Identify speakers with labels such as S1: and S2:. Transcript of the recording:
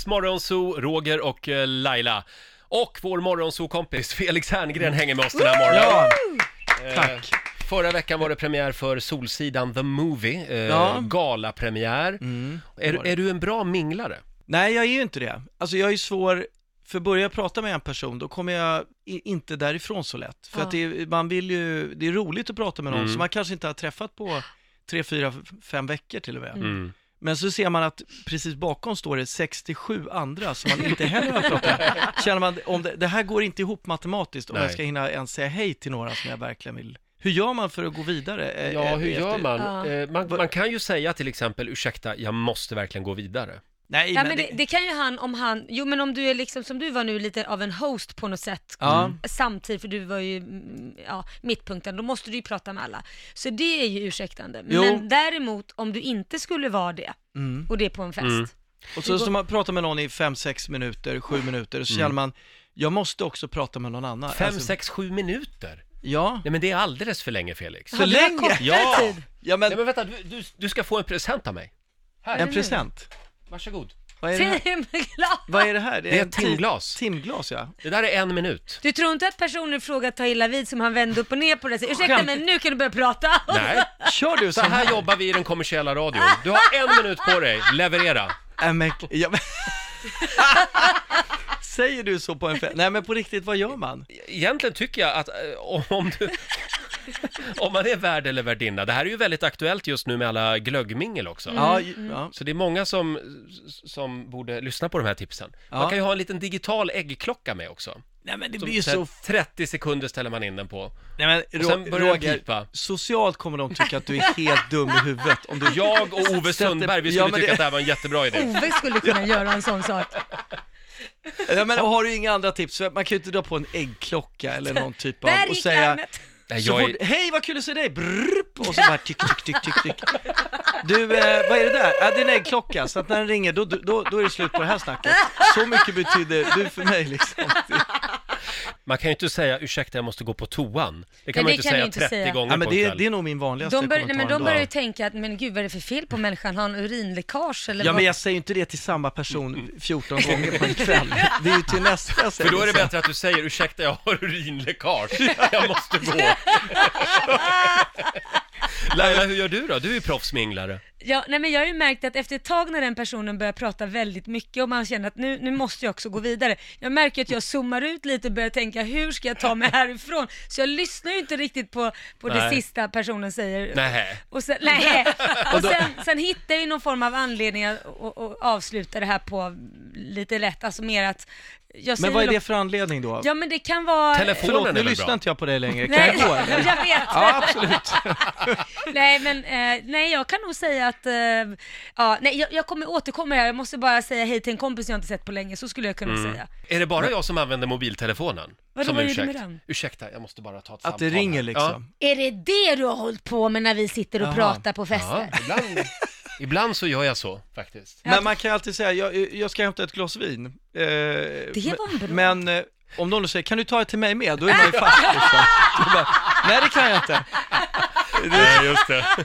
S1: Riksmorgonzoo, Roger och eh, Laila. Och vår morgonzoo-kompis Felix Herngren hänger med oss den här morgonen.
S2: Ja,
S1: Tack. Förra veckan var det premiär för Solsidan The Movie, eh,
S2: Ja.
S1: galapremiär. Är, är du en bra minglare?
S2: nej jag är ju inte det. Alltså jag är ju svår, för börjar jag prata med en person då kommer jag i, inte därifrån så lätt. För
S3: Ja.
S2: att det, är- man vill ju, det är roligt att prata med någon
S1: Mm.
S2: som man kanske inte har träffat på tre, fyra, f- fem veckor till och med.
S1: Mm.
S2: Men så ser man att precis bakom står det 67 andra som man inte heller har pratat med. Känner man, om det, det här går inte ihop matematiskt om
S1: Nej.
S2: jag ska hinna ens säga hej till några som jag verkligen vill. Hur gör man för att gå vidare? eh,
S1: Ja,
S2: eh,
S1: hur gör
S2: efter-
S1: man?
S3: Ja.
S1: Eh, man? Man kan ju säga till exempel, ursäkta, jag måste verkligen gå vidare.
S2: Nej,
S3: Ja,
S2: men
S3: men det,
S2: det-
S3: det kan ju han om han, jo men om du är liksom som du var nu lite av en host på något sätt
S2: Ja.
S3: samtidigt för du var ju mm, ja, mittpunkten, då måste du ju prata med alla. Så det är ju ursäktande.
S2: Jo.
S3: Men däremot om du inte skulle vara det
S2: Mm.
S3: och det är på en fest.
S1: Mm.
S2: Och så, så man pratar med någon i 5-6 minuter, 7 minuter, så känner man, jag måste också prata med någon annan.
S1: Mm. Fem,
S2: Alltså,
S1: sex, sju minuter?
S2: Ja.
S1: Nej men det är alldeles för länge Felix.
S2: För
S3: Hade du
S2: länge?
S3: kortare
S1: Ja.
S3: tid?
S2: Ja, men
S1: Nej men vänta, du, du, du ska få en present av mig. Här,
S2: en present.
S1: varsågod.
S2: Vad är det här?
S3: Till och med glad.
S2: Vad är det här?
S1: Det är
S2: en
S1: ett
S2: ti-
S1: timglas.
S2: Timglas, ja.
S1: Det där är en minut.
S3: Du tror inte att personen i fråga tar illa vid som han vände upp och ner på det säger, ursäkta
S2: Skämt.
S3: men nu kan du börja prata.
S1: Nej,
S2: Kör du
S1: så
S2: så
S1: här jobbar vi i den kommersiella radion. Du har en minut på dig, leverera.
S2: Äh, men, ja, men... Säger du så på en fest? Nej men på riktigt, vad gör man?
S1: Mm. Egentligen tycker jag att eh, om du... Om man är värd eller värdinna, det här är ju väldigt aktuellt just nu med alla glöggmingel också.
S2: Ja, ju- ja.
S1: Så det är många som, som borde lyssna på de här tipsen. Man
S2: Ja.
S1: kan ju ha en liten digital äggklocka med också.
S2: Nej men det
S1: Som,
S2: blir ju
S1: så här,
S2: så...
S1: 30 sekunder ställer man in den på.
S2: Nej men
S1: Och sen
S2: Ro-
S1: börjar det
S2: Roger,
S1: pipa.
S2: socialt kommer de tycka att du är helt dum i huvudet om du...
S1: Jag och Ove Sundberg, vi
S2: Ja,
S1: skulle
S2: men
S1: tycka
S2: det-
S1: att det här var en jättebra idé.
S3: Ove skulle kunna göra en sån sak.
S2: Ja, men har du inga andra tips? Man kan ju inte dra på en äggklocka eller någon typ av...
S3: Där
S2: och
S3: gick
S2: säga...
S3: larmet.
S1: Nej,
S2: Så
S1: jag
S2: fort,
S1: är,
S2: hej vad kul att se dig! Brrrp, och så bara tyck, tyck, tyck, tyck, tyck. Du, eh, vad är det där? Ja, det är en äggklocka, så att när den ringer då, då, då är det slut på det här snacket. Så mycket betyder du för mig liksom.
S1: man kan ju inte säga ursäkta jag måste gå på toan. Det kan
S3: Nej,
S1: man
S3: det
S1: ju inte
S3: kan
S1: säga
S3: jag inte
S1: 30
S3: säga.
S1: gånger
S2: Ja, men
S1: på en
S2: det,
S1: kväll.
S2: det är nog min vanligaste
S3: De, bör, nej, men
S2: kommentar
S3: de
S2: ändå.
S3: börjar ju tänka att, men gud vad är det för fel på människan? Har han urinläckage eller
S2: Ja
S3: vad?
S2: men jag säger ju inte det till samma person 14 gånger på en kväll. Det är ju till nästa jag säger
S1: Mm. För då är det
S2: så.
S1: bättre att du säger ursäkta jag har urinläckage, jag måste gå. Laila, hur gör du då? Du är ju proffsminglare.
S3: Ja, nej, men jag har ju märkt att efter ett tag när den personen börjar prata väldigt mycket och man känner att nu, nu måste jag också gå vidare. Jag märker att jag zoomar ut lite och börjar tänka hur ska jag ta mig härifrån? Så jag lyssnar ju inte riktigt på, på det
S1: Nej.
S3: sista personen säger.
S1: Nej.
S3: Och sen, nej. Och sen, sen hittar jag ju någon form av anledning att och, och avsluta det här på lite lätt, alltså mer att jag
S2: Men
S3: säger
S2: vad är
S3: något-
S2: det för anledning då?
S3: Ja men det kan vara...
S1: Telefonen
S2: Förlåt,
S1: är
S2: nu
S1: väl
S2: lyssnar
S1: bra?
S2: inte jag på dig längre. Kan
S3: Nej,
S2: jag gå? eller?
S3: jag vet.
S2: Ja, absolut.
S3: Nej, men eh, nej, jag kan nog säga att, eh, ja, nej, jag, jag kommer återkomma här. Jag måste bara säga hej till en kompis jag inte sett på länge, så skulle jag kunna säga.
S1: Är det bara jag som använder mobiltelefonen?
S3: Vadå,
S1: som
S3: vad gör
S1: ursäkt?
S3: du med den?
S1: Ursäkta, jag måste bara ta ett
S2: Att
S1: samtal.
S2: det ringer
S1: här.
S2: liksom.
S3: Är det det du har hållit på med när vi sitter och
S2: Jaha.
S3: pratar på fester?
S1: Ja, ja ibland, ibland så gör jag så faktiskt.
S2: Men man kan ju alltid säga, jag, jag ska hämta ett glas vin. Eh, det
S3: var en bra.
S2: Men eh, om någon säger, kan du ta det till mig med? Då är man ju fast liksom. Då bara, Nej det kan jag inte.
S1: Nej, just det.